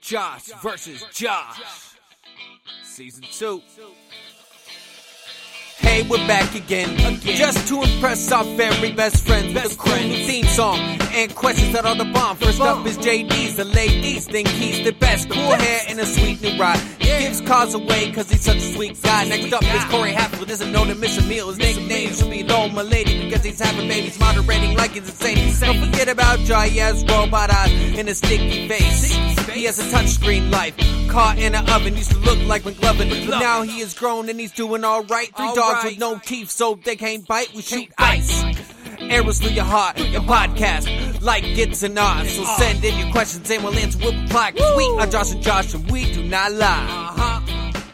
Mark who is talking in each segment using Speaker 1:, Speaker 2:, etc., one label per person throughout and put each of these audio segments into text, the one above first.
Speaker 1: Josh versus Josh. Season 2. Hey, we're back again. Just to impress our very best friends with a cool new theme song and questions that are the bomb. First up is JD's, the ladies think he's the best. Cool hair and a sweet new ride. He gives cars away cause he's such a sweet guy. Next up is Corey Halfwood, isn't known to miss a meal. His nickname should be Lol Milady because he's having babies, moderating like it's insane. Don't forget about Jai-Yaz robot eyes and a sticky face. He has a touchscreen life, car in an oven, used to look like McLovin. But now he is grown and he's doing alright. Three dogs with no teeth so they can't bite, we shoot ice. Arrows through your heart, your podcast, like it's an art. So send in your questions and we'll answer with reply. Cause we are Josh and Josh and we do not lie.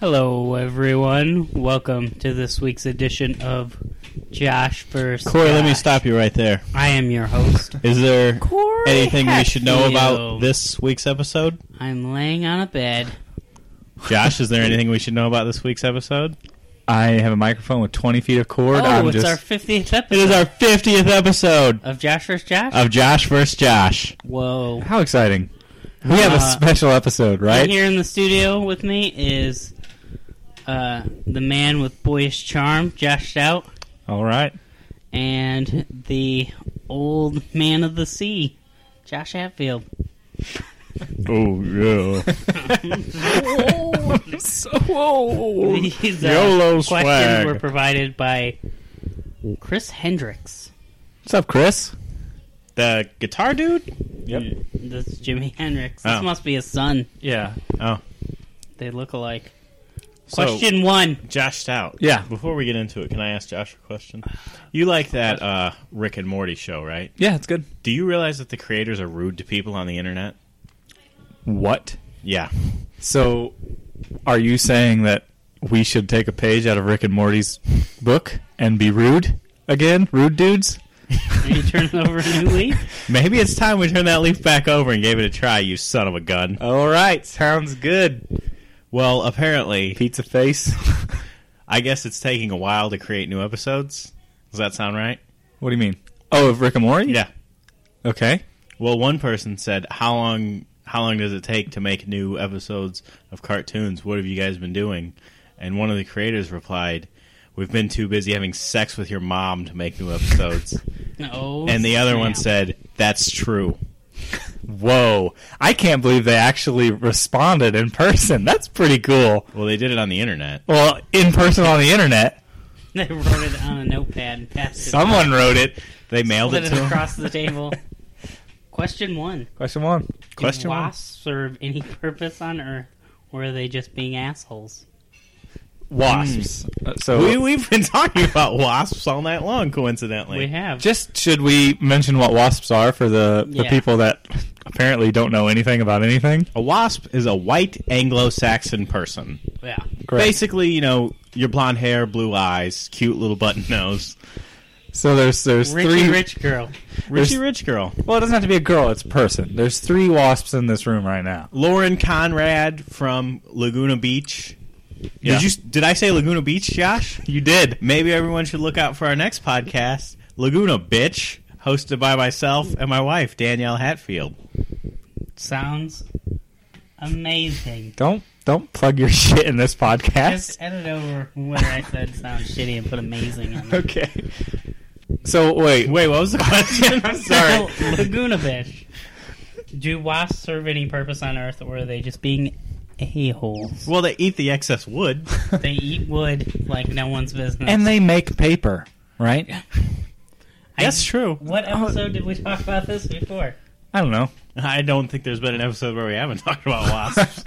Speaker 2: Hello, everyone. Welcome to this week's edition of Josh First.
Speaker 3: Corey, let me stop you right there.
Speaker 2: I am your host.
Speaker 3: Is there anything we should know
Speaker 2: Hatfield.
Speaker 3: about this week's episode?
Speaker 2: I'm laying on a bed.
Speaker 3: Josh, is there anything we should know about this week's episode?
Speaker 4: I have a microphone with 20 feet of cord.
Speaker 2: Oh,
Speaker 4: I'm
Speaker 2: it's
Speaker 4: just,
Speaker 2: our 50th
Speaker 3: It
Speaker 2: episode
Speaker 3: is our 50th episode
Speaker 2: of Josh First Josh.
Speaker 3: of Josh vs. Josh.
Speaker 2: Whoa.
Speaker 4: How exciting. We have
Speaker 2: Uh,
Speaker 4: a special episode,
Speaker 2: And
Speaker 4: right?
Speaker 2: Here in the studio with me is uh, the man with boyish charm, Josh Stout,
Speaker 3: All right.
Speaker 2: and the old man of the sea, Josh Hatfield.
Speaker 3: Oh, yeah.
Speaker 2: These uh,
Speaker 3: YOLO
Speaker 2: questions
Speaker 3: swag.
Speaker 2: were provided by Chris Hendricks.
Speaker 4: What's up, Chris?
Speaker 3: The guitar dude?
Speaker 4: Yep.
Speaker 2: This is Jimi Hendrix. This
Speaker 3: Oh.
Speaker 2: must be his son.
Speaker 4: Yeah.
Speaker 3: Oh.
Speaker 2: They look alike.
Speaker 3: So,
Speaker 2: Question one.
Speaker 3: Josh Stout.
Speaker 4: Yeah.
Speaker 3: Before we get into it, can I ask Josh a question? You like that uh, Rick and Morty show, right?
Speaker 4: Yeah, it's good.
Speaker 3: Do you realize that the creators are rude to people on the internet?
Speaker 4: What?
Speaker 3: Yeah.
Speaker 4: So, are you saying that we should take a page out of Rick and Morty's book and be rude again? Rude dudes?
Speaker 2: Are you turning over a new leaf?
Speaker 3: Maybe it's time we turn that leaf back over and gave it a try, you son of a gun.
Speaker 4: All right. Sounds good.
Speaker 3: Well, apparently,
Speaker 4: Pizza face.
Speaker 3: I guess it's taking a while to create new episodes. Does that sound right?
Speaker 4: what do you mean? Oh, of Rick and Morty?
Speaker 3: Yeah.
Speaker 4: Okay.
Speaker 3: Well, one person said, "How long? How long does it take to make new episodes of cartoons? What have you guys been doing?" And one of the creators replied, "We've been too busy having sex with your mom to make new episodes."
Speaker 2: No.
Speaker 3: and the other one
Speaker 2: snap.
Speaker 3: said, "That's true."
Speaker 4: Whoa. I can't believe they actually responded in person. That's pretty cool.
Speaker 3: Well, they did it on the internet.
Speaker 4: Well, in person on the internet,
Speaker 2: They wrote it on a notepad and passed it.
Speaker 4: someone wrote it.
Speaker 3: They mailed
Speaker 2: Put
Speaker 3: it
Speaker 2: it
Speaker 3: to them.
Speaker 2: across the table. Question one.
Speaker 4: Question one.
Speaker 3: Question
Speaker 2: Do
Speaker 3: one.
Speaker 2: wasps serve any purpose on Earth, or are they just being assholes?
Speaker 4: Wasps. Uh, so,
Speaker 2: Oh.
Speaker 3: We, we've been talking about wasps all night long, coincidentally.
Speaker 2: We have.
Speaker 4: just should we mention what wasps are for the, the
Speaker 2: Yeah.
Speaker 4: people that apparently don't know anything about anything?
Speaker 3: A wasp is a white Anglo Saxon person.
Speaker 2: yeah.
Speaker 3: Basically, you know, your blonde hair, blue eyes, cute little button nose.
Speaker 4: So there's there's
Speaker 2: Richie
Speaker 4: three.
Speaker 2: Rich Girl.
Speaker 4: There's-
Speaker 3: Richie Rich Girl.
Speaker 4: Well, it doesn't have to be a girl. It's a person. There's three wasps in this room right now.
Speaker 3: Lauren Conrad from Laguna Beach.
Speaker 4: Yeah.
Speaker 3: Did you did I say Laguna Beach, Josh?
Speaker 4: You did.
Speaker 3: Maybe everyone should look out for our next podcast, Laguna Bitch, hosted by myself and my wife, Danielle Hatfield.
Speaker 2: Sounds amazing.
Speaker 4: Don't don't plug your shit in this podcast.
Speaker 2: Just edit over what I said sounds shitty and put amazing in it.
Speaker 4: Okay. So wait,
Speaker 3: Wait, what was the question? I'm sorry.
Speaker 2: Laguna fish. Do wasps serve any purpose on Earth, or are they just being a-holes?
Speaker 3: Well, they eat the excess wood.
Speaker 2: They eat wood like no one's business.
Speaker 4: and they make paper, right?
Speaker 3: That's true.
Speaker 2: what
Speaker 4: Oh.
Speaker 2: episode did we talk about this before?
Speaker 4: I don't know.
Speaker 3: I don't think there's been an episode where we haven't talked about wasps.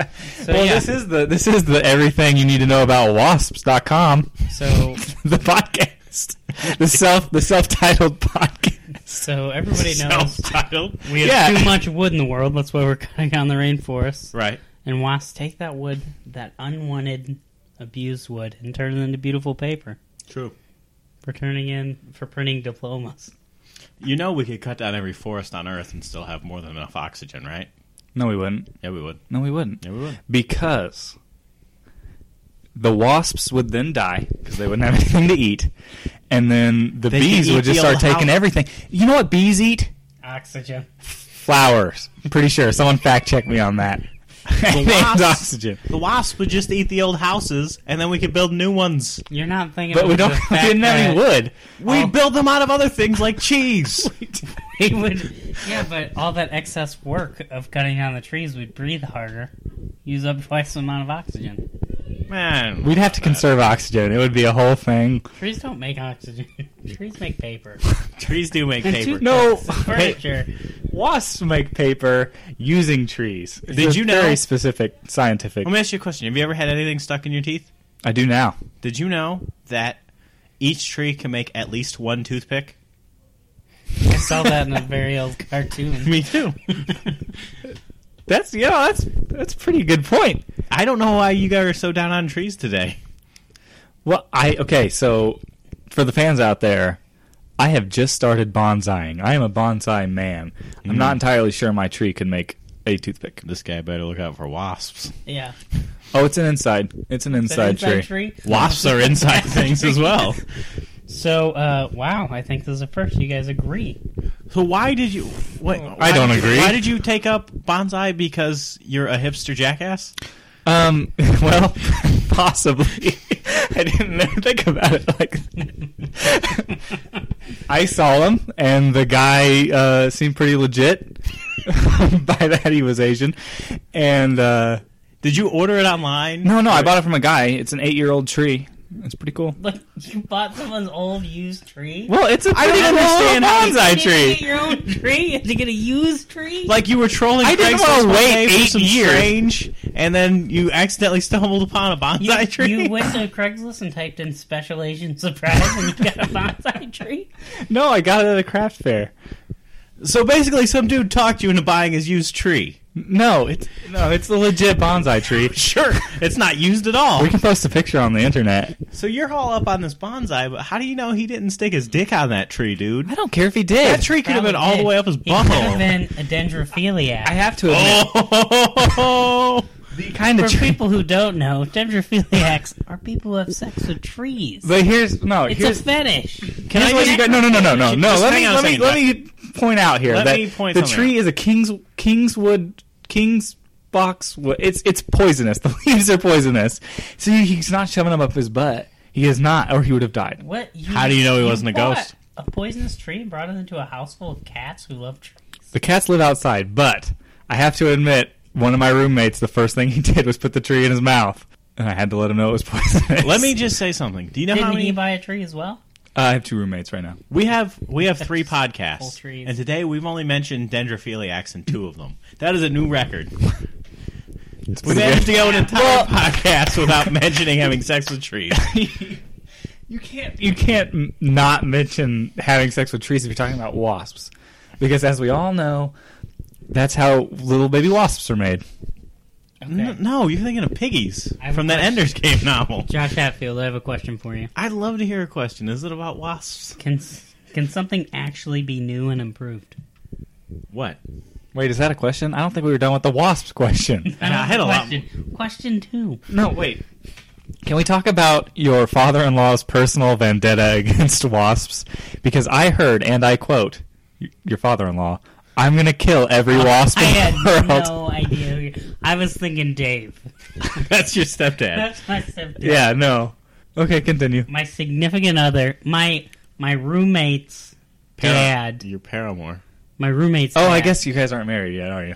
Speaker 2: So
Speaker 4: well,
Speaker 2: yeah,
Speaker 4: this is the this is the everything you need to know about wasps.com,
Speaker 2: so
Speaker 4: the podcast, the self the self titled podcast.
Speaker 2: so everybody knows
Speaker 3: Self-titled.
Speaker 2: we have
Speaker 4: Yeah.
Speaker 2: too much wood in the world. That's why we're cutting down the rainforest.
Speaker 3: Right.
Speaker 2: And wasps take that wood, that unwanted, abused wood, and turn it into beautiful paper
Speaker 3: True.
Speaker 2: for turning in for printing diplomas.
Speaker 3: You know we could cut down every forest on Earth and still have more than enough oxygen, right?
Speaker 4: No, we wouldn't.
Speaker 3: Yeah, we would.
Speaker 4: No, we wouldn't.
Speaker 3: Yeah, we would.
Speaker 4: Because the wasps would then die because they wouldn't have anything to eat, and then the
Speaker 3: They could
Speaker 4: bees
Speaker 3: eat
Speaker 4: would just
Speaker 3: the
Speaker 4: start
Speaker 3: old
Speaker 4: taking
Speaker 3: house.
Speaker 4: everything. You know what bees eat?
Speaker 2: Oxygen.
Speaker 4: Flowers. I'm pretty sure someone fact check me on that. They eat
Speaker 3: wasps-
Speaker 4: oxygen.
Speaker 3: The wasps would just eat the old houses, and then we could build new ones.
Speaker 2: You're not thinking
Speaker 4: But
Speaker 2: of
Speaker 4: we don't.
Speaker 2: the
Speaker 4: We
Speaker 2: fact
Speaker 4: didn't have any
Speaker 2: that
Speaker 4: wood.
Speaker 3: We build them out of other things like cheese.
Speaker 2: They would, yeah, but all that excess work of cutting down the trees would breathe harder, use up twice the amount of oxygen.
Speaker 3: Man,
Speaker 4: We'd have to conserve oxygen. It would be a whole thing.
Speaker 2: Trees don't make oxygen. Trees make paper.
Speaker 3: trees do make
Speaker 2: And
Speaker 3: paper.
Speaker 4: No.
Speaker 2: toothpicks and furniture.
Speaker 4: Wasps make paper using trees. It's
Speaker 3: Did
Speaker 4: a
Speaker 3: you know-
Speaker 4: Very specific, scientific.
Speaker 3: Let me ask you a question: Have you ever had anything stuck in your teeth?
Speaker 4: I do now.
Speaker 3: Did you know that each tree can make at least one toothpick?
Speaker 2: I saw that in a very old cartoon.
Speaker 3: Me too.
Speaker 4: That's you know that's that's a pretty good point.
Speaker 3: I don't know why you guys are so down on trees today.
Speaker 4: Well, I okay. So for the fans out there, I have just started bonsaiing. I am a bonsai man. I'm not entirely sure my tree could make a toothpick.
Speaker 3: This guy better look out for wasps.
Speaker 2: Yeah,
Speaker 4: Oh, it's an inside. It's an
Speaker 2: Is
Speaker 4: inside,
Speaker 2: that inside
Speaker 4: tree.
Speaker 2: tree.
Speaker 3: Wasps are inside things as well.
Speaker 2: So, uh, wow, I think this is a first. You guys agree?
Speaker 3: So why did you? Wait, why
Speaker 4: don't
Speaker 3: did you-
Speaker 4: agree.
Speaker 3: Why did you take up bonsai because you're a hipster jackass?
Speaker 4: Um. Well, possibly. I didn't ever think about it like. I saw him, and the guy uh, seemed pretty legit. By that, he was Asian, and. Uh,
Speaker 3: Did you order it online?
Speaker 4: No, no, I bought it from a guy. It's an eight-year-old tree. It's pretty cool.
Speaker 2: Like you bought someone's old used tree.
Speaker 4: Well, it's a
Speaker 3: I
Speaker 4: pretty
Speaker 3: don't understand how
Speaker 4: cool
Speaker 3: you
Speaker 4: bonsai
Speaker 2: You didn't get
Speaker 4: tree.
Speaker 2: your own tree. You had to get a used tree.
Speaker 3: Like you were trolling
Speaker 4: I didn't
Speaker 3: Craigslist
Speaker 4: wanna
Speaker 3: one
Speaker 4: wait
Speaker 3: day for
Speaker 4: eight
Speaker 3: some
Speaker 4: years.
Speaker 3: strange, and then you accidentally stumbled upon a
Speaker 2: you,
Speaker 3: bonsai tree.
Speaker 2: you went to Craigslist and typed in "special Asian surprise" and you got a bonsai tree.
Speaker 4: No, I got it at a craft fair.
Speaker 3: so basically, some dude talked you into buying his used tree.
Speaker 4: No, it's no, it's a legit bonsai tree.
Speaker 3: Sure, it's not used at all.
Speaker 4: We can post a picture on the internet.
Speaker 3: So you're all up on this bonsai, but how do you know he didn't stick his dick on that tree, dude?
Speaker 4: I don't care if he did.
Speaker 3: That tree could have been all the way up his
Speaker 2: He could have
Speaker 3: butthole.
Speaker 2: been a dendrophiliac.
Speaker 4: I have to admit,
Speaker 3: Oh,
Speaker 4: the kind of
Speaker 2: For
Speaker 4: tree.
Speaker 2: people who don't know, dendrophiliacs are people who have sex with trees.
Speaker 4: But here's no.
Speaker 2: it's
Speaker 4: here's
Speaker 2: a fetish.
Speaker 4: can here's
Speaker 3: I
Speaker 4: what
Speaker 3: just-
Speaker 4: you got. No, no, no, no, no, no.
Speaker 3: Just
Speaker 4: Let
Speaker 3: hang
Speaker 4: me
Speaker 3: on a
Speaker 4: let me
Speaker 3: second,
Speaker 4: let me point out here
Speaker 3: Let
Speaker 4: that
Speaker 3: me point
Speaker 4: the
Speaker 3: something
Speaker 4: tree is a king's kingswood king's box. wo- It's it's poisonous. The leaves are poisonous. So he- he's not shoving them up his butt. He is not, or he would have died.
Speaker 2: What? You,
Speaker 3: How do you know he wasn't a
Speaker 2: bought
Speaker 3: ghost?
Speaker 2: A poisonous tree and brought it into a house full of cats who love trees.
Speaker 4: The cats live outside, but I have to admit, one of my roommates, the first thing he did was put the tree in his mouth, and I had to let him know it was poisonous.
Speaker 3: let me just say something. Do you know how
Speaker 2: Didn't
Speaker 3: many
Speaker 2: he buy a tree as well?
Speaker 4: I have two roommates right now.
Speaker 3: we have? We have three
Speaker 2: Whole
Speaker 3: podcasts,
Speaker 2: trees.
Speaker 3: and today we've only mentioned dendrophiliacs in two of them. That is a new record. We managed to go an entire podcast without mentioning having sex with trees.
Speaker 4: You can't you can't m- not mention having sex with trees if you're talking about wasps, because as we all know, that's how little baby wasps are made.
Speaker 3: N- No, you're thinking of piggies
Speaker 2: I have
Speaker 3: from
Speaker 2: a
Speaker 3: that
Speaker 2: question.
Speaker 3: Ender's Game novel.
Speaker 2: Josh Hatfield, I have a question for you.
Speaker 3: I'd love to hear a question. Is it about wasps?
Speaker 2: Can s- can something actually be new and improved?
Speaker 3: What?
Speaker 4: Wait, is that a question? I don't think we were done with the wasps question.
Speaker 2: don't
Speaker 3: I
Speaker 2: have
Speaker 3: had a lot-
Speaker 2: question. Question two.
Speaker 4: no, wait. Can we talk about your father-in-law's personal vendetta against wasps? Because I heard, and I quote, y- your father-in-law, "I'm gonna kill every wasp
Speaker 2: Uh, I
Speaker 4: in
Speaker 2: had
Speaker 4: the world."
Speaker 2: no idea. who you- I was thinking Dave.
Speaker 3: That's your stepdad.
Speaker 2: That's my stepdad.
Speaker 4: Yeah, no. Okay, continue.
Speaker 2: My significant other. My my roommate's
Speaker 3: Para-
Speaker 2: dad.
Speaker 3: Your paramour.
Speaker 2: My roommate's.
Speaker 4: Oh, I
Speaker 2: dad.
Speaker 4: guess you guys aren't married yet, are you?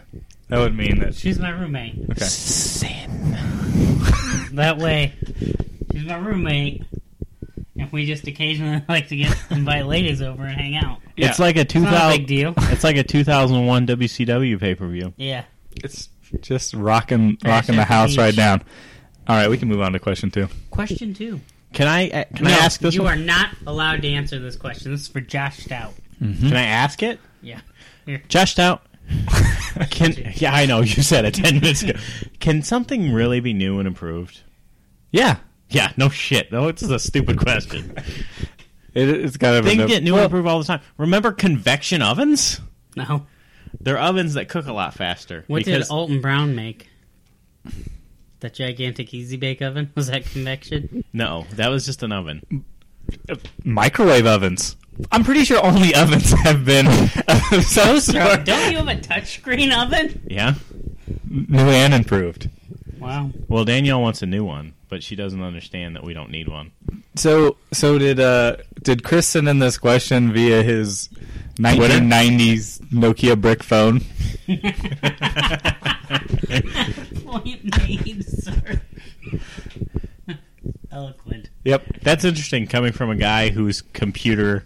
Speaker 4: That would mean that.
Speaker 2: she's my roommate.
Speaker 4: Okay.
Speaker 2: That way, she's my roommate, and we just occasionally like to get invite ladies over and hang out.
Speaker 4: Yeah.
Speaker 3: It's like a two
Speaker 2: It's not a big
Speaker 3: thousand.
Speaker 2: deal.
Speaker 3: It's like a two thousand one WCW pay per view.
Speaker 2: Yeah.
Speaker 4: It's just rocking, rocking
Speaker 2: at
Speaker 4: the
Speaker 2: the
Speaker 4: house right
Speaker 2: beach.
Speaker 4: down. All right, we can move on to question two.
Speaker 2: Question two.
Speaker 3: Can I? uh, Can I
Speaker 2: No,
Speaker 3: ask this
Speaker 2: You
Speaker 3: one?
Speaker 2: are not allowed to answer this question. This is for Josh Stout.
Speaker 3: Can I ask it?
Speaker 2: Yeah. Here.
Speaker 3: Josh out. Can yeah, I know you said it ten minutes ago. Can something really be new and improved?
Speaker 4: Yeah,
Speaker 3: Yeah, no shit. No, it's a stupid question.
Speaker 4: it, it's got to
Speaker 3: Things get new and improved all the time. Remember convection ovens?
Speaker 2: No.
Speaker 3: They're ovens that cook a lot faster.
Speaker 2: What did Alton Brown make? That gigantic easy bake oven was that convection?
Speaker 3: No, that was just an oven.
Speaker 4: Microwave ovens. I'm pretty sure only ovens have been of some
Speaker 2: Bro,
Speaker 4: sort.
Speaker 2: don't you have a touchscreen oven?
Speaker 3: Yeah.
Speaker 4: New and improved.
Speaker 2: Wow.
Speaker 3: Well, Danielle wants a new one, but she doesn't understand that we don't need one.
Speaker 4: So, so did uh, did Chris send in this question via his 1990s Nokia brick phone?
Speaker 2: Point made, sir. Eloquent.
Speaker 4: Yep.
Speaker 3: That's interesting coming from a guy whose computer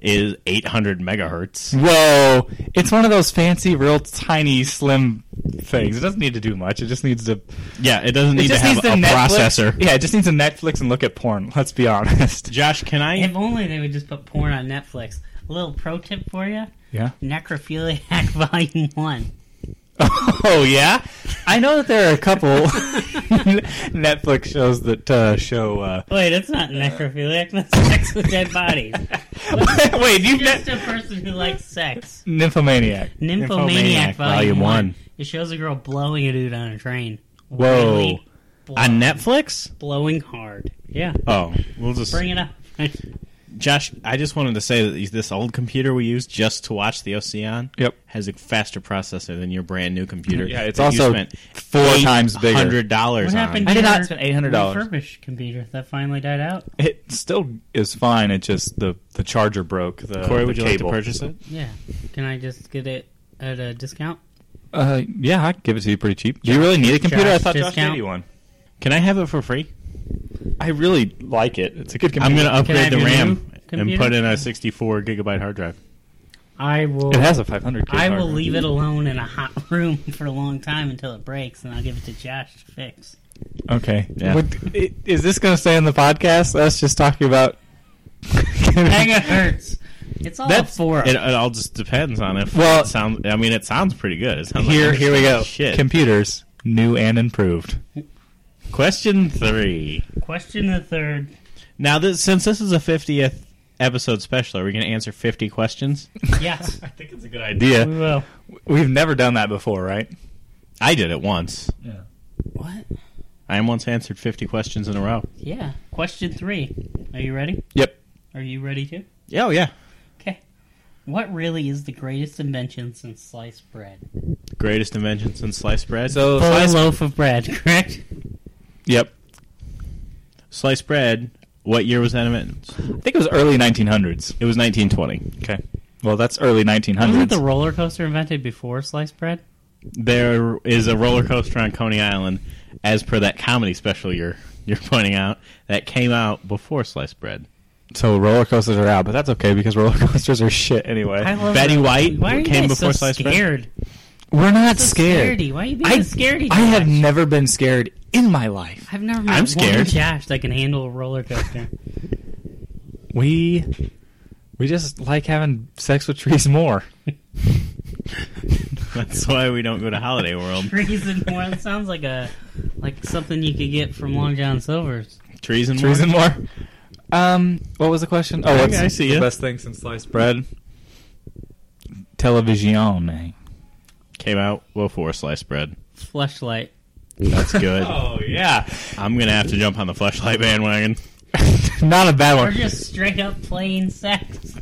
Speaker 3: is 800 megahertz.
Speaker 4: Whoa! It's one of those fancy, real tiny, slim things. It doesn't need to do much. It just needs to.
Speaker 3: Yeah, it doesn't need
Speaker 4: it
Speaker 3: to
Speaker 4: just
Speaker 3: have
Speaker 4: needs to
Speaker 3: a
Speaker 4: Netflix-
Speaker 3: processor.
Speaker 4: Yeah, it just needs a Netflix and look at porn. Let's be honest.
Speaker 3: Josh, can I?
Speaker 2: If only they would just put porn on Netflix. A little pro tip for you:
Speaker 4: Yeah.
Speaker 2: Necrophiliac Volume One.
Speaker 4: Oh yeah, I know that there are a couple Netflix shows that uh, show. Uh...
Speaker 2: Wait, that's not necrophiliac. That's sex with dead bodies.
Speaker 4: Wait, you've
Speaker 2: Just
Speaker 4: ne-
Speaker 2: a person who likes sex.
Speaker 4: nymphomaniac.
Speaker 2: Nymphomaniac,
Speaker 3: Nymphomaniac
Speaker 2: Volume,
Speaker 3: Volume
Speaker 2: 1.
Speaker 3: One.
Speaker 2: It shows a girl blowing a dude on a train.
Speaker 4: Whoa.
Speaker 2: Really blow-
Speaker 3: On Netflix?
Speaker 2: blowing hard. Yeah.
Speaker 3: Oh, we'll just
Speaker 2: Bring it up.
Speaker 3: Josh, I just wanted to say that this old computer we use just to watch the Ocean
Speaker 4: Yep.
Speaker 3: has a faster processor than your brand new computer.
Speaker 4: Yeah, it's
Speaker 3: that you
Speaker 4: also
Speaker 3: spent
Speaker 4: four times bigger.
Speaker 3: Hundred dollars
Speaker 2: What
Speaker 3: on.
Speaker 2: happened
Speaker 4: I
Speaker 2: to
Speaker 4: did not
Speaker 2: your
Speaker 4: spend $800.
Speaker 2: refurbished computer that finally died out?
Speaker 4: It still is fine. It just the the charger broke. The,
Speaker 3: Corey,
Speaker 4: the
Speaker 3: would you
Speaker 4: cable.
Speaker 3: like to purchase it?
Speaker 2: Yeah. Can I just get it at a discount?
Speaker 4: Uh, yeah, I can give it to you pretty cheap. Do you really need a computer? I
Speaker 2: Josh
Speaker 4: thought Josh
Speaker 2: discount.
Speaker 4: gave you one.
Speaker 3: Can I have it for free?
Speaker 4: I really like it. It's a good
Speaker 3: I'm
Speaker 4: computer.
Speaker 3: going to
Speaker 2: I have
Speaker 3: upgrade the
Speaker 2: your
Speaker 3: RAM
Speaker 2: new
Speaker 3: and
Speaker 2: computer?
Speaker 3: put in a 64 gigabyte hard drive.
Speaker 2: I will.
Speaker 4: It has a 500.
Speaker 2: I will leave it alone in a hot room for a long time until it breaks, and I'll give it to Josh to fix.
Speaker 4: Okay.
Speaker 3: Yeah.
Speaker 4: Would- i- is this going to stay in the podcast? Us just talking about.
Speaker 2: Dang, it hurts. It's all
Speaker 4: That's-
Speaker 2: for
Speaker 3: It, it all just depends on if
Speaker 4: Well-
Speaker 3: it sounds. I mean, it sounds pretty good. It sounds like-
Speaker 4: Here, here we go.
Speaker 3: Shit.
Speaker 4: Computers, new and improved.
Speaker 3: Question three.
Speaker 2: Question the third.
Speaker 3: Now, this, since this is a 50th episode special, are we going to answer 50 questions?
Speaker 2: Yes,
Speaker 3: I think it's a good
Speaker 2: we
Speaker 3: idea.
Speaker 2: will.
Speaker 4: We've never done that before, right?
Speaker 3: I did it once.
Speaker 2: What?
Speaker 3: I once answered 50 questions in a row.
Speaker 2: Yeah. Question three. Are you ready?
Speaker 4: Yep.
Speaker 2: Are you ready too?
Speaker 3: Yeah, Oh, yeah.
Speaker 2: Okay. What really is the greatest invention since sliced bread?
Speaker 3: Greatest invention since sliced bread.
Speaker 4: So
Speaker 2: Full
Speaker 4: sliced,
Speaker 2: loaf of bread, correct?
Speaker 4: yep.
Speaker 3: sliced bread. What year was that invented?
Speaker 4: I think it was early 1900s.
Speaker 3: It was 1920.
Speaker 4: Okay. Well, that's early 1900s.
Speaker 2: Wasn't the roller coaster invented before sliced bread?
Speaker 3: There is a roller coaster on Coney Island, as per that comedy special you're you're pointing out that came out before sliced bread.
Speaker 4: so roller coasters are out, but that's okay because roller coasters are shit anyway.
Speaker 2: love
Speaker 3: Betty
Speaker 2: that.
Speaker 3: White
Speaker 2: Why are you
Speaker 3: came
Speaker 2: guys
Speaker 3: before
Speaker 2: so
Speaker 3: sliced bread.
Speaker 2: scared?
Speaker 4: We're not
Speaker 2: So
Speaker 4: scared.
Speaker 2: scaredy. Why are you being
Speaker 4: I,
Speaker 2: so scaredy?
Speaker 4: I have
Speaker 2: Josh?
Speaker 4: never been scared in my life.
Speaker 2: I've never met
Speaker 3: I'm scared.
Speaker 2: one Josh that can handle a roller coaster.
Speaker 4: We we just like having sex with trees more.
Speaker 3: That's why we don't go to Holiday World.
Speaker 2: Reason more. That sounds like a like something you could get from Long John Silver's.
Speaker 3: Trees and
Speaker 4: trees
Speaker 3: more.
Speaker 4: and more. Um, what was the question? Oh,
Speaker 3: Okay,
Speaker 4: what's
Speaker 3: I see
Speaker 4: the
Speaker 3: ya.
Speaker 4: best thing since sliced bread? Television.
Speaker 3: Oh,
Speaker 4: eh?
Speaker 3: came out before sliced bread.
Speaker 2: Fleshlight.
Speaker 3: That's good.
Speaker 4: Oh yeah,
Speaker 3: I'm gonna have to jump on the flashlight bandwagon.
Speaker 4: not a bad
Speaker 2: Or
Speaker 4: one.
Speaker 2: just straight up plain sex.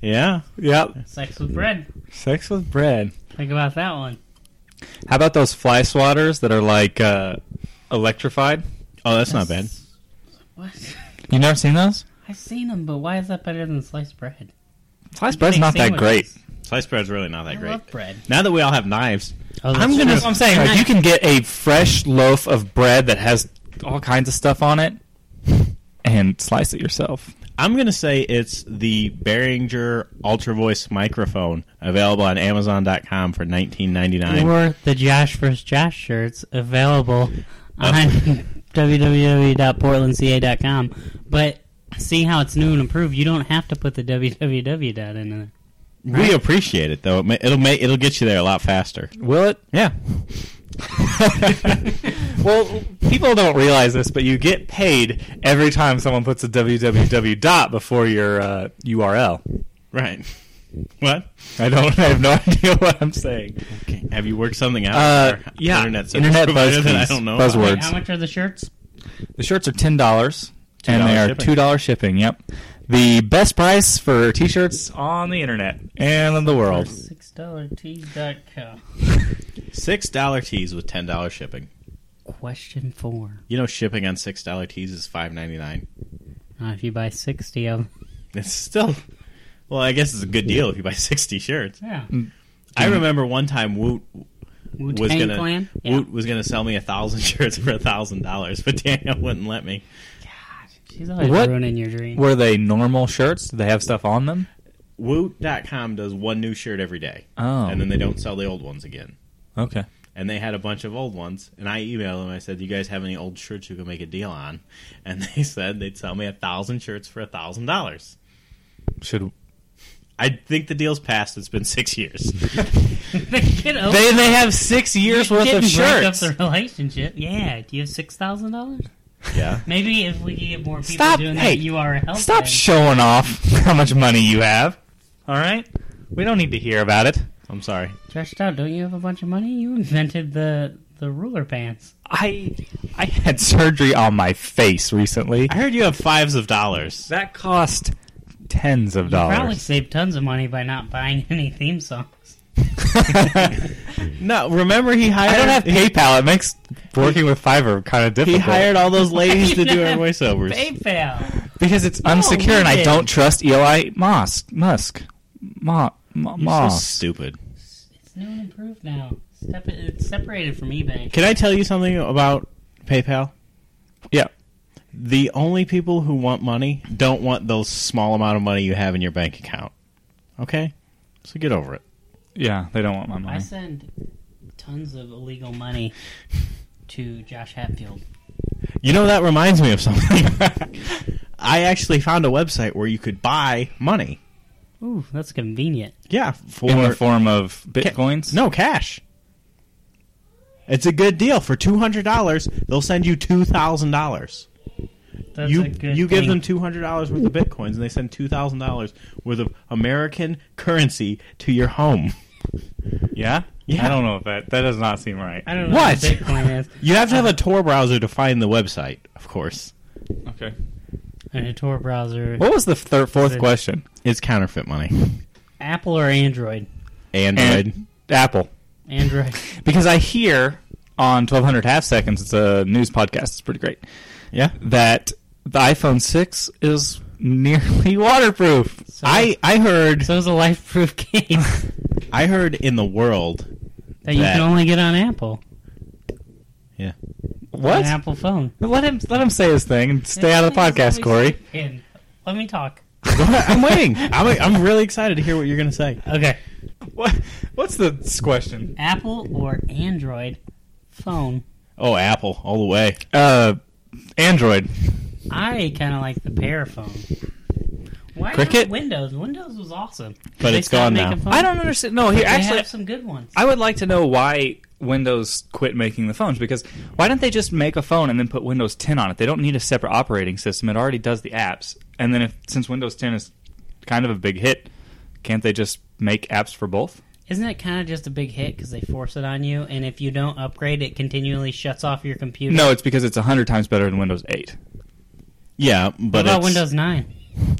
Speaker 3: yeah,
Speaker 4: yep,
Speaker 2: Sex with bread.
Speaker 4: sex with bread.
Speaker 2: Think about that one.
Speaker 4: How about those fly swatters that are like uh, electrified?
Speaker 3: Oh, that's not bad.
Speaker 2: What?
Speaker 4: You never seen those?
Speaker 2: I've seen them, but why is that better than sliced bread?
Speaker 4: Sliced bread's not that great.
Speaker 3: Sliced bread's really not that
Speaker 2: I
Speaker 3: great.
Speaker 2: love bread.
Speaker 3: Now that we all have knives,
Speaker 4: I'm gonna. I'm saying like, you can get a fresh loaf of bread that has all kinds of stuff on it, and slice it yourself.
Speaker 3: I'm going to say it's the Behringer Ultra Voice microphone available on Amazon.com for 19.99.
Speaker 2: Or the Josh vs. Josh shirts available on www.portlandca.com. But see how it's new and improved. You don't have to put the www dot in there.
Speaker 3: We appreciate it though. It may, it'll make it'll get you there a lot faster.
Speaker 4: Will it?
Speaker 3: Yeah.
Speaker 4: well, people don't realize this, but you get paid every time someone puts a www dot before your uh, URL.
Speaker 3: Right. What?
Speaker 4: I don't. I have no idea what I'm saying.
Speaker 3: Okay. Have you worked something out?
Speaker 4: Uh,
Speaker 3: with our
Speaker 4: yeah,
Speaker 3: Internet, service
Speaker 4: internet
Speaker 3: provider
Speaker 4: buzz
Speaker 3: that I
Speaker 4: keys,
Speaker 3: don't know.
Speaker 4: buzzword.
Speaker 2: Wait,
Speaker 4: Words.
Speaker 2: how much are the shirts?
Speaker 4: The shirts are ten dollars, and
Speaker 3: $10
Speaker 4: they are
Speaker 3: shipping.
Speaker 4: two dollars shipping. Yep, the best price for t-shirts on the internet and in the world.
Speaker 2: Six dollar tees.com.
Speaker 3: Six dollar tees with ten dollar shipping.
Speaker 2: Question four.
Speaker 3: You know, shipping on six dollar tees is five ninety nine.
Speaker 2: Now, if you buy sixty of them,
Speaker 3: It's still. Well, I guess it's a good deal if you buy sixty shirts.
Speaker 2: yeah,
Speaker 3: I remember one time Woot
Speaker 2: Wu
Speaker 3: was
Speaker 2: Tang
Speaker 3: gonna
Speaker 2: Clan. Yeah.
Speaker 3: Woot was gonna sell me a thousand shirts for a thousand dollars, but Danielle wouldn't let me.
Speaker 2: She's always
Speaker 4: What?
Speaker 2: ruining your dream.
Speaker 4: Were they normal shirts? Did they have stuff on them?
Speaker 3: Woot.com does one new shirt every day,
Speaker 4: Oh.
Speaker 3: and then they don't sell the old ones again.
Speaker 4: Okay.
Speaker 3: And they had a bunch of old ones, and I emailed them. I said, "Do you guys have any old shirts you can make a deal on?" And they said they'd sell me a thousand shirts for a thousand dollars.
Speaker 4: Should
Speaker 3: I think the deal's passed. It's been six years.
Speaker 2: they get over.
Speaker 4: they? They have six years worth
Speaker 2: didn't
Speaker 4: of
Speaker 2: break up
Speaker 4: shirts.
Speaker 2: the relationship. Yeah. Do you have six thousand dollars?
Speaker 3: Yeah.
Speaker 2: Maybe if we could get more people
Speaker 4: Stop-
Speaker 2: doing
Speaker 4: hey,
Speaker 2: that, you are helping.
Speaker 4: Stop showing off how much money you have. All right, we don't need to hear about it.
Speaker 3: I'm sorry.
Speaker 2: Stretched out. Don't you have a bunch of money? You invented the the ruler pants.
Speaker 4: I I had surgery on my face recently.
Speaker 3: I heard you have fives of dollars.
Speaker 4: That cost tens of
Speaker 2: You probably
Speaker 4: dollars.
Speaker 2: saved tons of money by not buying any theme songs.
Speaker 3: No, remember he hired.
Speaker 4: I don't have PayPal. It makes working with Fiverr kind of
Speaker 3: He
Speaker 4: difficult.
Speaker 3: hired all those ladies to do our
Speaker 2: Yeah.
Speaker 3: voiceovers.
Speaker 2: PayPal.
Speaker 4: because it's
Speaker 2: we
Speaker 4: unsecure, and I
Speaker 2: did.
Speaker 4: don't trust Eli Musk. Musk, Ma, Ma,
Speaker 3: You're so
Speaker 4: Musk.
Speaker 3: stupid.
Speaker 2: It's new and improved now. Step it's separated from eBay.
Speaker 3: Can I tell you something about PayPal?
Speaker 4: yeah,
Speaker 3: The only people who want money don't want those small amount of money you have in your bank account. Okay? So get over it.
Speaker 4: yeah. They don't want my
Speaker 2: I
Speaker 4: money.
Speaker 2: send tons of illegal money to Josh Hatfield.
Speaker 3: You know, that reminds me of something. I actually found a website where you could buy money.
Speaker 2: Ooh, that's convenient.
Speaker 3: Yeah. For,
Speaker 4: In the form of bitcoins.
Speaker 3: No, cash. It's a good deal. For $200, they'll send you $2,000.
Speaker 2: That's
Speaker 3: you
Speaker 2: a good
Speaker 3: you give
Speaker 2: thing.
Speaker 3: them two hundred dollars worth of bitcoins, and they send two thousand dollars worth of American currency to your home.
Speaker 4: Yeah?
Speaker 3: Yeah.
Speaker 4: I don't know if that that does not seem right.
Speaker 2: I don't know what
Speaker 3: What?
Speaker 2: Bitcoin is.
Speaker 3: You have to have a Tor browser to find the website, of course.
Speaker 4: Okay.
Speaker 2: And a Tor browser.
Speaker 4: What was the third, fourth
Speaker 2: Is it-
Speaker 4: question?
Speaker 3: It's counterfeit money.
Speaker 2: Apple or Android?
Speaker 3: Android.
Speaker 4: And- Apple.
Speaker 2: Android.
Speaker 4: Because I hear on 1200 half seconds, it's a news podcast. It's pretty great.
Speaker 3: yeah.
Speaker 4: That the iPhone 6 is nearly waterproof.
Speaker 2: So,
Speaker 3: I I heard
Speaker 2: so it's a life proof case
Speaker 3: I heard in the world.
Speaker 2: that you
Speaker 3: That-
Speaker 2: can only get on Apple.
Speaker 3: Yeah.
Speaker 2: An
Speaker 4: What?
Speaker 2: Apple phone.
Speaker 4: Let him let him say his thing and stay out of the podcast, Corey.
Speaker 2: And let me talk.
Speaker 3: I'm waiting. I'm I'm really excited to hear what you're gonna say.
Speaker 2: Okay.
Speaker 4: What? What's the question?
Speaker 2: Apple or Android phone.
Speaker 3: Oh, Apple, all the way.
Speaker 4: Uh, Android.
Speaker 2: I kind of like the Pear phone. Why not
Speaker 4: Cricket?
Speaker 2: Windows? Windows was awesome.
Speaker 3: But
Speaker 2: They
Speaker 3: it's
Speaker 2: stopped
Speaker 3: gone now.
Speaker 2: making phones.
Speaker 4: I don't understand. No, here
Speaker 2: They
Speaker 4: actually,
Speaker 2: have some good ones.
Speaker 4: I would like to know why Windows quit making the phones because why don't they just make a phone and then put Windows 10 on it? They don't need a separate operating system. It already does the apps. And then if since Windows 10 is kind of a big hit, can't they just make apps for both?
Speaker 2: Isn't it kind of just a big hit because they force it on you, and if you don't upgrade, it continually shuts off your computer?
Speaker 4: No, it's because it's 100 times better than Windows 8.
Speaker 3: Yeah, but
Speaker 2: What about
Speaker 3: it's-
Speaker 2: Windows 9?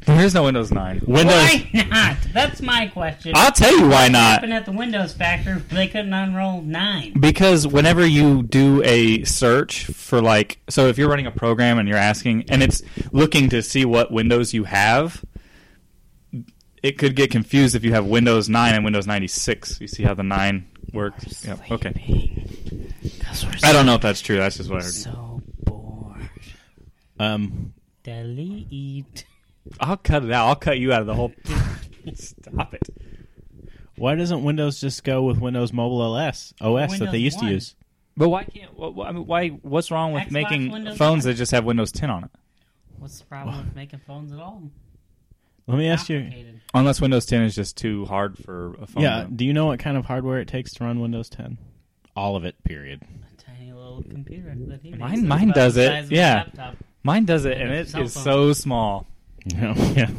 Speaker 4: There is no Windows 9.
Speaker 3: Windows.
Speaker 2: Why not? That's my question.
Speaker 4: I'll tell you why not.
Speaker 2: happened at the Windows factory where they couldn't unroll 9?
Speaker 4: Because whenever you do a search for like, so if you're running a program and you're asking, and it's looking to see what Windows you have, it could get confused if you have Windows 9 and Windows 96. You see how the 9 works? Yeah. Okay.
Speaker 2: Because we're
Speaker 4: I don't know if that's true. That's just what I heard.
Speaker 2: so bored.
Speaker 3: Um,
Speaker 2: Delete.
Speaker 4: I'll cut it out. I'll cut you out of the whole. Stop it.
Speaker 3: why doesn't Windows just go with Windows Mobile OS OS that they
Speaker 2: Windows
Speaker 3: used to
Speaker 2: one.
Speaker 3: use?
Speaker 4: But why can't? wh- wh- I mean, why? What's wrong with
Speaker 2: Xbox,
Speaker 4: making
Speaker 2: Windows
Speaker 4: phones
Speaker 2: 9?
Speaker 4: that just have Windows 10 on it?
Speaker 2: What's the problem with making phones at all?
Speaker 3: Let me ask you.
Speaker 2: Complicated.
Speaker 4: Unless Windows 10 is just too hard for a phone.
Speaker 3: Yeah.
Speaker 4: to-
Speaker 3: Do you know what kind of hardware it takes to run Windows 10? All of it. Period.
Speaker 2: A tiny little computer that he
Speaker 4: Mine-
Speaker 2: makes. It's
Speaker 4: mine
Speaker 2: about
Speaker 4: does
Speaker 2: the
Speaker 4: it,
Speaker 2: size of a
Speaker 4: yeah.
Speaker 2: laptop.
Speaker 4: Mine does it, and it
Speaker 2: Cell
Speaker 4: is
Speaker 2: phone.
Speaker 4: so small.
Speaker 3: yeah.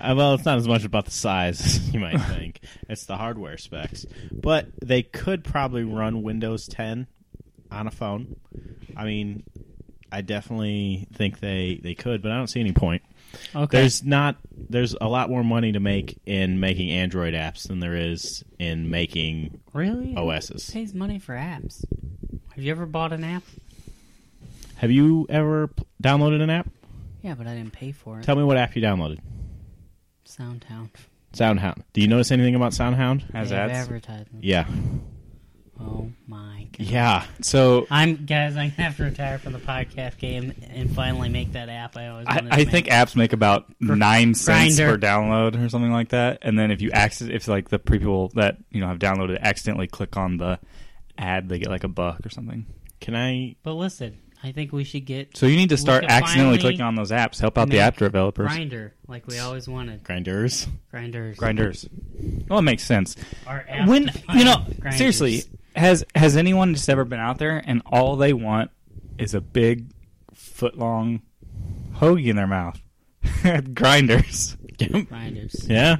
Speaker 3: Uh, well, it's not as much about the size as you might think. it's the hardware specs. But they could probably run Windows 10 on a phone. I mean, I definitely think they, they could, but I don't see any point.
Speaker 2: Okay.
Speaker 3: There's not there's a lot more money to make in making Android apps than there is in making
Speaker 2: really
Speaker 3: OSs.
Speaker 2: Who pays money for apps. Have you ever bought an app?
Speaker 3: Have you ever p- downloaded an app?
Speaker 2: Yeah, but I didn't pay for it.
Speaker 3: Tell me what app you downloaded.
Speaker 2: Soundhound.
Speaker 3: SoundHound. Do you notice anything about SoundHound?
Speaker 4: Has
Speaker 2: They have
Speaker 4: ads.
Speaker 2: advertisements.
Speaker 3: Yeah.
Speaker 2: Oh my god.
Speaker 3: Yeah.
Speaker 4: So
Speaker 2: I'm guys. I'm gonna have to retire from the podcast game and finally make that app I always
Speaker 4: I,
Speaker 2: wanted.
Speaker 4: I
Speaker 2: to
Speaker 4: think
Speaker 2: make.
Speaker 4: apps make about nine cents
Speaker 2: Grindr.
Speaker 4: per download or something like that. And then if you accident, if like the people that you know have downloaded it accidentally click on the ad, they get like a buck or something.
Speaker 3: Can I
Speaker 2: But listen, I think we should get
Speaker 4: So you need to
Speaker 2: We
Speaker 4: start
Speaker 2: could
Speaker 4: accidentally
Speaker 2: finally
Speaker 4: clicking on those apps. Help out the
Speaker 2: make
Speaker 4: app developers.
Speaker 2: Grinder like we always wanted.
Speaker 3: grinders?
Speaker 2: Grinders.
Speaker 4: Grinders. Well, it makes sense.
Speaker 2: Our app
Speaker 4: When
Speaker 2: defined
Speaker 4: you know,
Speaker 2: grinders.
Speaker 4: seriously, has has anyone just ever been out there and all they want is a big foot long hoagie in their mouth? Grinders.
Speaker 2: grinders.
Speaker 3: yeah.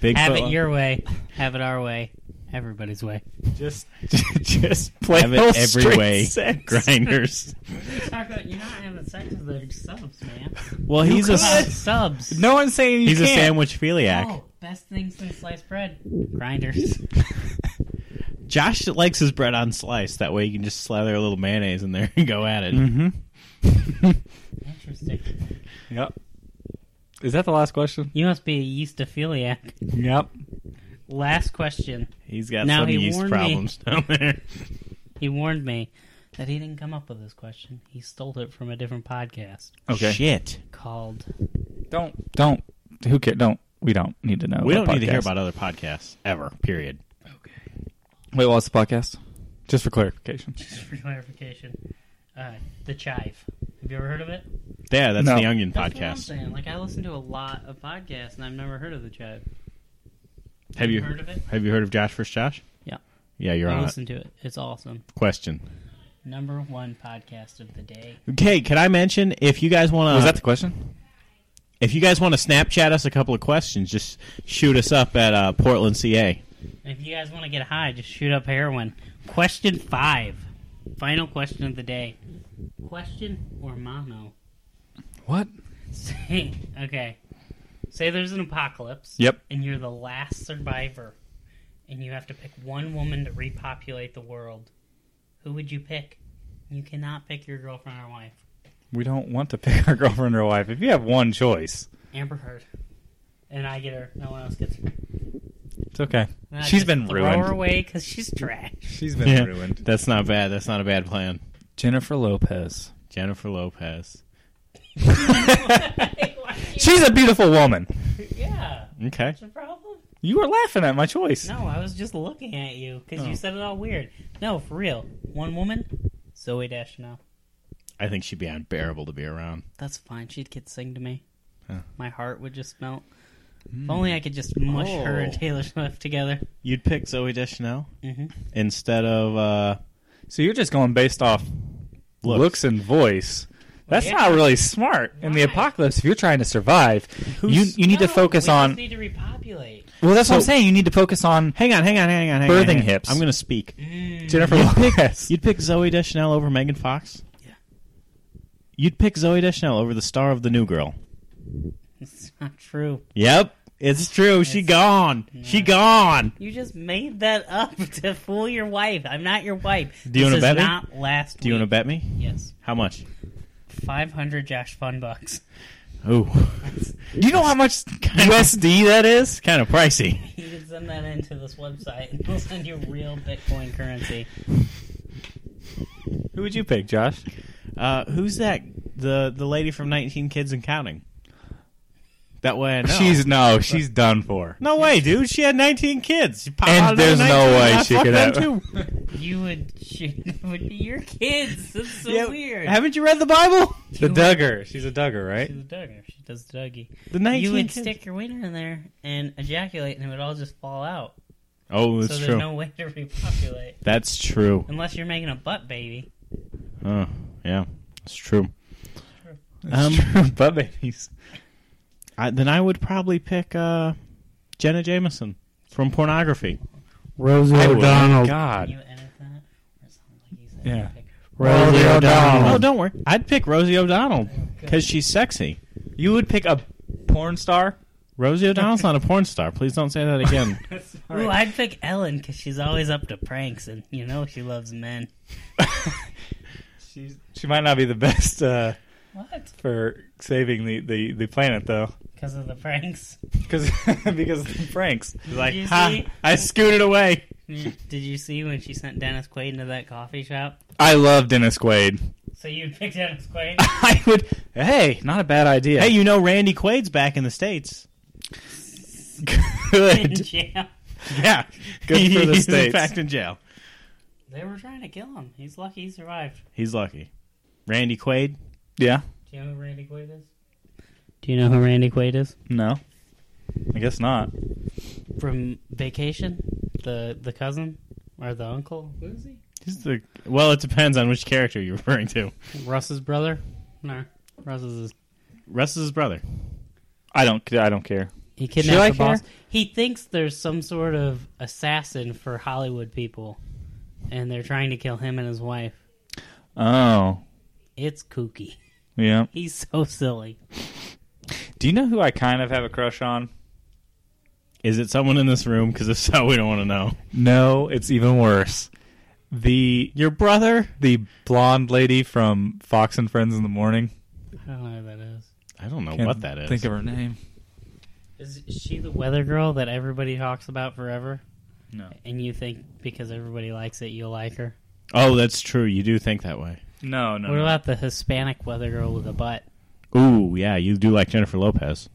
Speaker 3: Big
Speaker 2: Have
Speaker 3: foot
Speaker 2: it
Speaker 3: long-
Speaker 2: your way. Have it our way. Everybody's way.
Speaker 4: Just just play
Speaker 3: have it every way. Grinders.
Speaker 2: Talk about you're not having sex with their subs, man.
Speaker 3: Well, he's a
Speaker 2: Uh, subs.
Speaker 4: No one's saying you
Speaker 3: he's a
Speaker 4: can't.
Speaker 3: sandwich philiac.
Speaker 2: Oh, best thing since sliced bread. Grinders.
Speaker 3: Josh likes his bread unsliced. That way, you can just slather a little mayonnaise in there and go at it.
Speaker 4: Mm-hmm.
Speaker 2: Interesting.
Speaker 4: yep. Is that the last question?
Speaker 2: You must be a yeastophiliac.
Speaker 4: Yep.
Speaker 2: Last question.
Speaker 3: He's got
Speaker 2: Now
Speaker 3: some
Speaker 2: he
Speaker 3: yeast
Speaker 2: warned
Speaker 3: problems down there.
Speaker 2: He warned me that he didn't come up with this question. He stole it from a different podcast
Speaker 4: Okay.
Speaker 3: Shit.
Speaker 2: called
Speaker 4: Don't don't. Who care? Don't. We don't need to know.
Speaker 3: We
Speaker 4: about
Speaker 3: don't need to hear
Speaker 4: podcasts.
Speaker 3: about other podcasts ever. Period.
Speaker 4: Wait, what's the podcast? Just for clarification.
Speaker 2: just for clarification. Uh, the Chive. Have you ever heard of it?
Speaker 3: Yeah, that's
Speaker 4: No.
Speaker 3: the Onion
Speaker 2: That's what I'm
Speaker 3: podcast.
Speaker 2: saying. Like I listen to a lot of podcasts and I've never heard of the Chive.
Speaker 3: Have you
Speaker 2: heard of it?
Speaker 3: Have you heard of Josh vs. Josh?
Speaker 2: Yeah.
Speaker 3: Yeah, you're
Speaker 2: I
Speaker 3: on it.
Speaker 2: listen to it. It's awesome.
Speaker 3: Question.
Speaker 2: Number one podcast of the day.
Speaker 3: Okay, can I mention if you guys want to?
Speaker 4: Was that the question?
Speaker 3: if you guys want to Snapchat us a couple of questions, just shoot us up at uh, Portland, CA.
Speaker 2: And if you guys want to get high, just shoot up heroin. Question five. Final question of the day. Question or mono?
Speaker 4: What?
Speaker 2: Say, okay. Say there's an apocalypse.
Speaker 4: Yep.
Speaker 2: And you're the last survivor, and you have to pick one woman to repopulate the world. Who would you pick? You cannot pick your girlfriend or wife.
Speaker 4: We don't want to pick our girlfriend or wife. If you have one choice,
Speaker 2: Amber Heard. And I get her. No one else gets her.
Speaker 4: it's okay.
Speaker 2: And I
Speaker 4: She's
Speaker 2: just
Speaker 4: been
Speaker 2: throw
Speaker 4: ruined.
Speaker 2: her away because she's trash.
Speaker 4: She's been
Speaker 3: Yeah.
Speaker 4: ruined.
Speaker 3: That's not bad. That's not a bad plan.
Speaker 4: Jennifer Lopez.
Speaker 3: Jennifer Lopez.
Speaker 4: She's a beautiful woman.
Speaker 2: yeah.
Speaker 3: Okay.
Speaker 2: What's the problem?
Speaker 4: You were laughing at my choice.
Speaker 2: No, I was just looking at you because
Speaker 4: Oh.
Speaker 2: you said it all weird. No, for real. One woman, Zoe Deschanel.
Speaker 3: I think she'd be unbearable to be around.
Speaker 2: That's fine. She'd get sing to me.
Speaker 3: Huh.
Speaker 2: My heart would just melt. If only I could just mush her and
Speaker 3: Oh.
Speaker 2: Taylor Swift together.
Speaker 3: You'd pick Zoe Deschanel
Speaker 2: hmm
Speaker 3: instead of uh,
Speaker 4: So you're just going based off looks,
Speaker 3: Looks.
Speaker 4: and voice. That's
Speaker 2: yeah.
Speaker 4: not really smart in the
Speaker 2: Why?
Speaker 4: apocalypse. If you're trying to survive, you
Speaker 3: Who's-
Speaker 4: you need to focus on.
Speaker 2: need to repopulate.
Speaker 4: well, that's what I'm
Speaker 3: So-
Speaker 4: saying. You need to focus on
Speaker 3: Hang on, hang on, hang on, hang
Speaker 4: Birthing
Speaker 3: on. hang on.
Speaker 4: hips.
Speaker 3: I'm gonna speak.
Speaker 2: Mm.
Speaker 4: Jennifer Lopez.
Speaker 3: Mm-hmm. You'd pick Zoe Deschanel over Megan Fox.
Speaker 2: Yeah.
Speaker 3: You'd pick Zoe Deschanel over the star of the New Girl.
Speaker 2: It's not true.
Speaker 3: Yep, it's true. she
Speaker 2: It's-
Speaker 3: gone. She gone.
Speaker 2: You just made that up to fool your wife. I'm not your wife.
Speaker 3: Do
Speaker 2: this
Speaker 3: you wanna
Speaker 2: is
Speaker 3: bet me?
Speaker 2: not last
Speaker 3: Do you want to bet me?
Speaker 2: Yes.
Speaker 3: How much?
Speaker 2: 500 Josh Fun bucks.
Speaker 3: Ooh,
Speaker 4: you know how much USD that is?
Speaker 3: kind of pricey.
Speaker 2: You can send that into this website and they'll send you real Bitcoin currency.
Speaker 4: Who would you pick, Josh?
Speaker 3: Uh, who's that? The the lady from 19 Kids and Counting. That way I know.
Speaker 4: She's no, she's done for.
Speaker 3: no way, dude. She had 19 kids. She popped
Speaker 4: And
Speaker 3: out another
Speaker 4: there's no
Speaker 3: 19,
Speaker 4: way
Speaker 3: I
Speaker 4: she
Speaker 3: fucked
Speaker 4: could
Speaker 3: them
Speaker 4: have-
Speaker 3: too.
Speaker 2: You would, it would be your kids. That's so
Speaker 3: Yeah,
Speaker 2: weird.
Speaker 3: Haven't you read the Bible?
Speaker 4: The Duggar, she's a Duggar, right?
Speaker 2: She's a Dougie. She does Dougie.
Speaker 3: The 19
Speaker 2: You would
Speaker 3: kids.
Speaker 2: stick your wiener in there and ejaculate, and it would all just fall out.
Speaker 3: Oh, that's
Speaker 2: so there's
Speaker 3: true.
Speaker 2: no way to repopulate
Speaker 3: That's true.
Speaker 2: unless you're making a butt baby.
Speaker 3: Oh, yeah, that's true.
Speaker 4: It's true, butt babies.
Speaker 3: Um, I, then I would probably pick uh, Jenna Jameson from pornography.
Speaker 5: Rosie
Speaker 4: Oh, my
Speaker 5: O'Donnell.
Speaker 2: Can you
Speaker 4: God.
Speaker 2: edit that? Or something like you said.
Speaker 4: Yeah.
Speaker 2: Pick-
Speaker 5: Rosie
Speaker 3: Oh,
Speaker 5: O'Donnell.
Speaker 3: don't worry. I'd pick Rosie O'Donnell because she's sexy.
Speaker 4: You would pick a porn star?
Speaker 3: Rosie O'Donnell's not a porn star. Please don't say that again.
Speaker 2: Ooh, I'd pick Ellen because she's always up to pranks, and you know she loves men.
Speaker 4: She's, she might not be the best uh,
Speaker 2: What?
Speaker 4: for saving the, the, the planet, though.
Speaker 2: Because of the pranks.
Speaker 4: Cause, because of the pranks.
Speaker 3: like,
Speaker 2: you
Speaker 3: ha,
Speaker 2: see?
Speaker 3: I scooted away.
Speaker 2: Did you see when she sent Dennis Quaid to that coffee shop?
Speaker 4: I love Dennis Quaid.
Speaker 2: So you'd pick Dennis Quaid?
Speaker 4: I would. Hey, not a bad idea.
Speaker 3: Hey, you know Randy Quaid's back in the states.
Speaker 2: in
Speaker 4: good.
Speaker 2: jail.
Speaker 3: Yeah,
Speaker 4: Good for the
Speaker 3: he's
Speaker 4: States.
Speaker 3: in fact in jail.
Speaker 2: They were trying to kill him. He's lucky he survived.
Speaker 3: He's lucky. Randy Quaid.
Speaker 4: Yeah.
Speaker 2: Do you know who Randy Quaid is? Do you know who Randy Quaid is?
Speaker 4: No. I guess not.
Speaker 2: From Vacation? The the cousin? Or the uncle? Who is he?
Speaker 3: He's the well. It depends on which character you're referring to.
Speaker 2: Russ's brother? No. Russ's is
Speaker 3: Russ is his brother.
Speaker 4: I don't. I don't care.
Speaker 2: He
Speaker 4: Should I
Speaker 2: kidnapped the boss.
Speaker 4: care?
Speaker 2: He thinks there's some sort of assassin for Hollywood people, and they're trying to kill him and his wife.
Speaker 4: Oh.
Speaker 2: It's kooky.
Speaker 4: Yeah.
Speaker 2: He's so silly.
Speaker 4: Do you know who I kind of have a crush on?
Speaker 3: Is it someone in this room? Because if so, we don't want to know.
Speaker 4: No, it's even worse. The
Speaker 3: Your brother?
Speaker 4: the blonde lady from Fox and Friends in the Morning.
Speaker 2: I don't know who that is.
Speaker 3: I don't know
Speaker 4: Can't
Speaker 3: what that is.
Speaker 4: Think of her name.
Speaker 2: Is she the weather girl that everybody talks about forever?
Speaker 4: No.
Speaker 2: And you think because everybody likes it, you'll like her?
Speaker 3: oh, that's true. You do think that way.
Speaker 4: No. No.
Speaker 2: What
Speaker 4: no.
Speaker 2: about the Hispanic weather girl with a butt?
Speaker 3: Ooh, yeah. You do like Jennifer Lopez.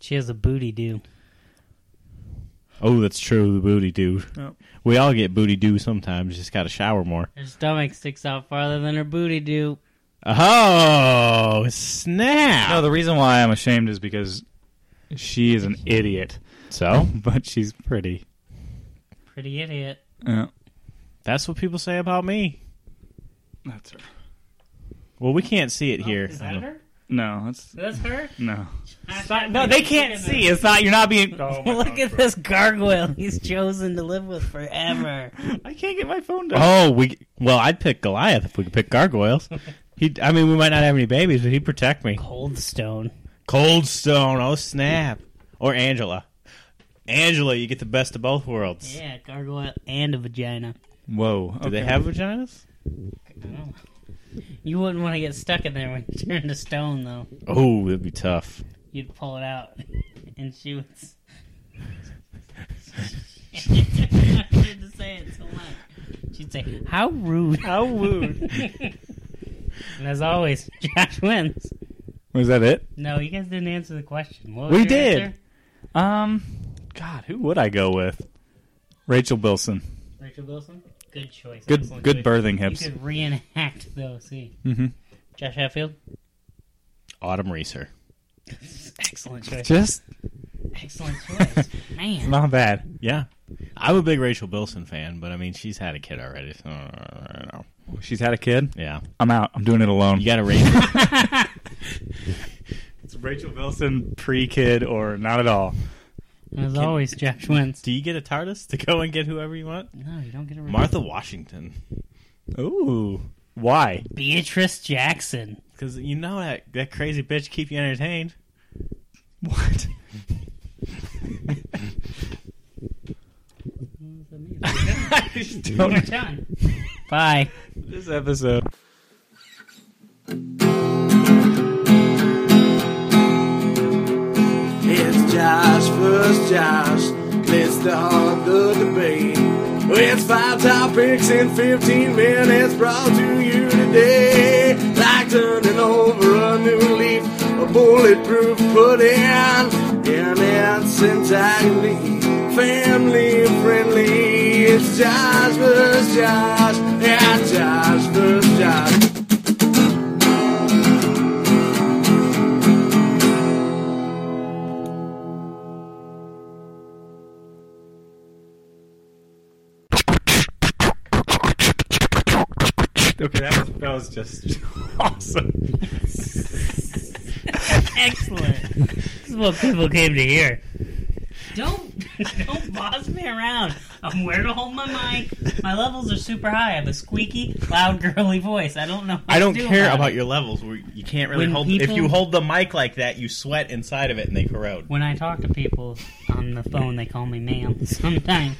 Speaker 2: She has a booty do.
Speaker 3: Oh, that's true. The booty do.
Speaker 4: Oh.
Speaker 3: We all get booty do sometimes. Just got to shower more.
Speaker 2: Her stomach sticks out farther than her booty do.
Speaker 3: Oh, snap.
Speaker 4: No, the reason why I'm ashamed is because she is an idiot,
Speaker 3: so
Speaker 4: but she's pretty.
Speaker 2: Pretty idiot.
Speaker 4: Yeah.
Speaker 3: that's what people say about me.
Speaker 4: That's her.
Speaker 3: Well, we can't see it here.
Speaker 2: Is that her?
Speaker 4: No, that's
Speaker 2: That's her?
Speaker 4: no.
Speaker 2: no,
Speaker 4: They can't see. It's not. You're not being.
Speaker 2: Look at this gargoyle he's chosen to live with forever.
Speaker 4: I can't get my phone down.
Speaker 3: Oh, we. Well, I'd pick Goliath if we could pick gargoyles. He, I mean, we might not have any babies, but he'd protect me.
Speaker 2: Cold stone.
Speaker 3: Cold Stone. Oh snap! Or Angela. Angela, you get the best of both worlds.
Speaker 2: Yeah, gargoyle and a vagina.
Speaker 4: Whoa.
Speaker 3: Do they have vaginas?
Speaker 2: Oh. You wouldn't want to get stuck in there when you turned to stone, though.
Speaker 3: Oh, that'd be tough.
Speaker 2: You'd pull it out, and she would. s- I had to say it so much. She'd say, "How rude! How rude!" and as always, Josh wins.
Speaker 4: Was that it?
Speaker 2: No, you guys didn't answer the question. What was
Speaker 4: We
Speaker 2: your
Speaker 4: did.
Speaker 2: answer?
Speaker 4: Um, God, who would I go with? Rachel Bilson.
Speaker 2: Rachel Wilson. Good choice.
Speaker 4: Good,
Speaker 2: Excellent
Speaker 4: good
Speaker 2: choice.
Speaker 4: birthing
Speaker 2: You
Speaker 4: hips.
Speaker 2: could reenact the OC.
Speaker 4: Mhm.
Speaker 2: Josh Hatfield.
Speaker 3: Autumn Reeser.
Speaker 2: Excellent choice.
Speaker 4: Just
Speaker 2: Excellent choice. Man.
Speaker 4: not bad.
Speaker 3: Yeah, I'm a big Rachel Bilson fan, but I mean, she's had a kid already. So I don't know.
Speaker 4: She's had a kid.
Speaker 3: Yeah,
Speaker 4: I'm out. I'm doing it alone.
Speaker 3: you got to raise.
Speaker 4: It's Rachel Bilson pre-kid or not at all.
Speaker 2: And as always, Josh wins.
Speaker 3: Do you get a TARDIS to go and get whoever you want?
Speaker 2: No, you don't get a
Speaker 3: Martha Washington,
Speaker 4: Ooh, why?
Speaker 2: Beatrice Jackson.
Speaker 3: because you know that that crazy bitch keep you entertained.
Speaker 4: What?
Speaker 2: We're done. Bye.
Speaker 4: this episode.
Speaker 5: It's Josh versus Josh. Let's start the debate. It's five topics in 15 minutes brought to you today. Like turning over a new leaf, a bulletproof pudding, and it's entirely family friendly. It's Josh versus Josh. Yeah, Josh versus Josh.
Speaker 4: Okay, that was, that was just awesome.
Speaker 2: Excellent. This is what people came to hear. Don't don't boss me around. I'm where to hold my mic. My levels are super high. I have a squeaky, loud, girly voice. I don't know. What
Speaker 3: I don't
Speaker 2: to do
Speaker 3: care
Speaker 2: about,
Speaker 3: about
Speaker 2: it.
Speaker 3: your levels. where You can't really
Speaker 2: When
Speaker 3: hold.
Speaker 2: people-
Speaker 3: If you hold the mic like that, you sweat inside of it and they corrode.
Speaker 2: When I talk to people on the phone, they call me ma'am sometimes.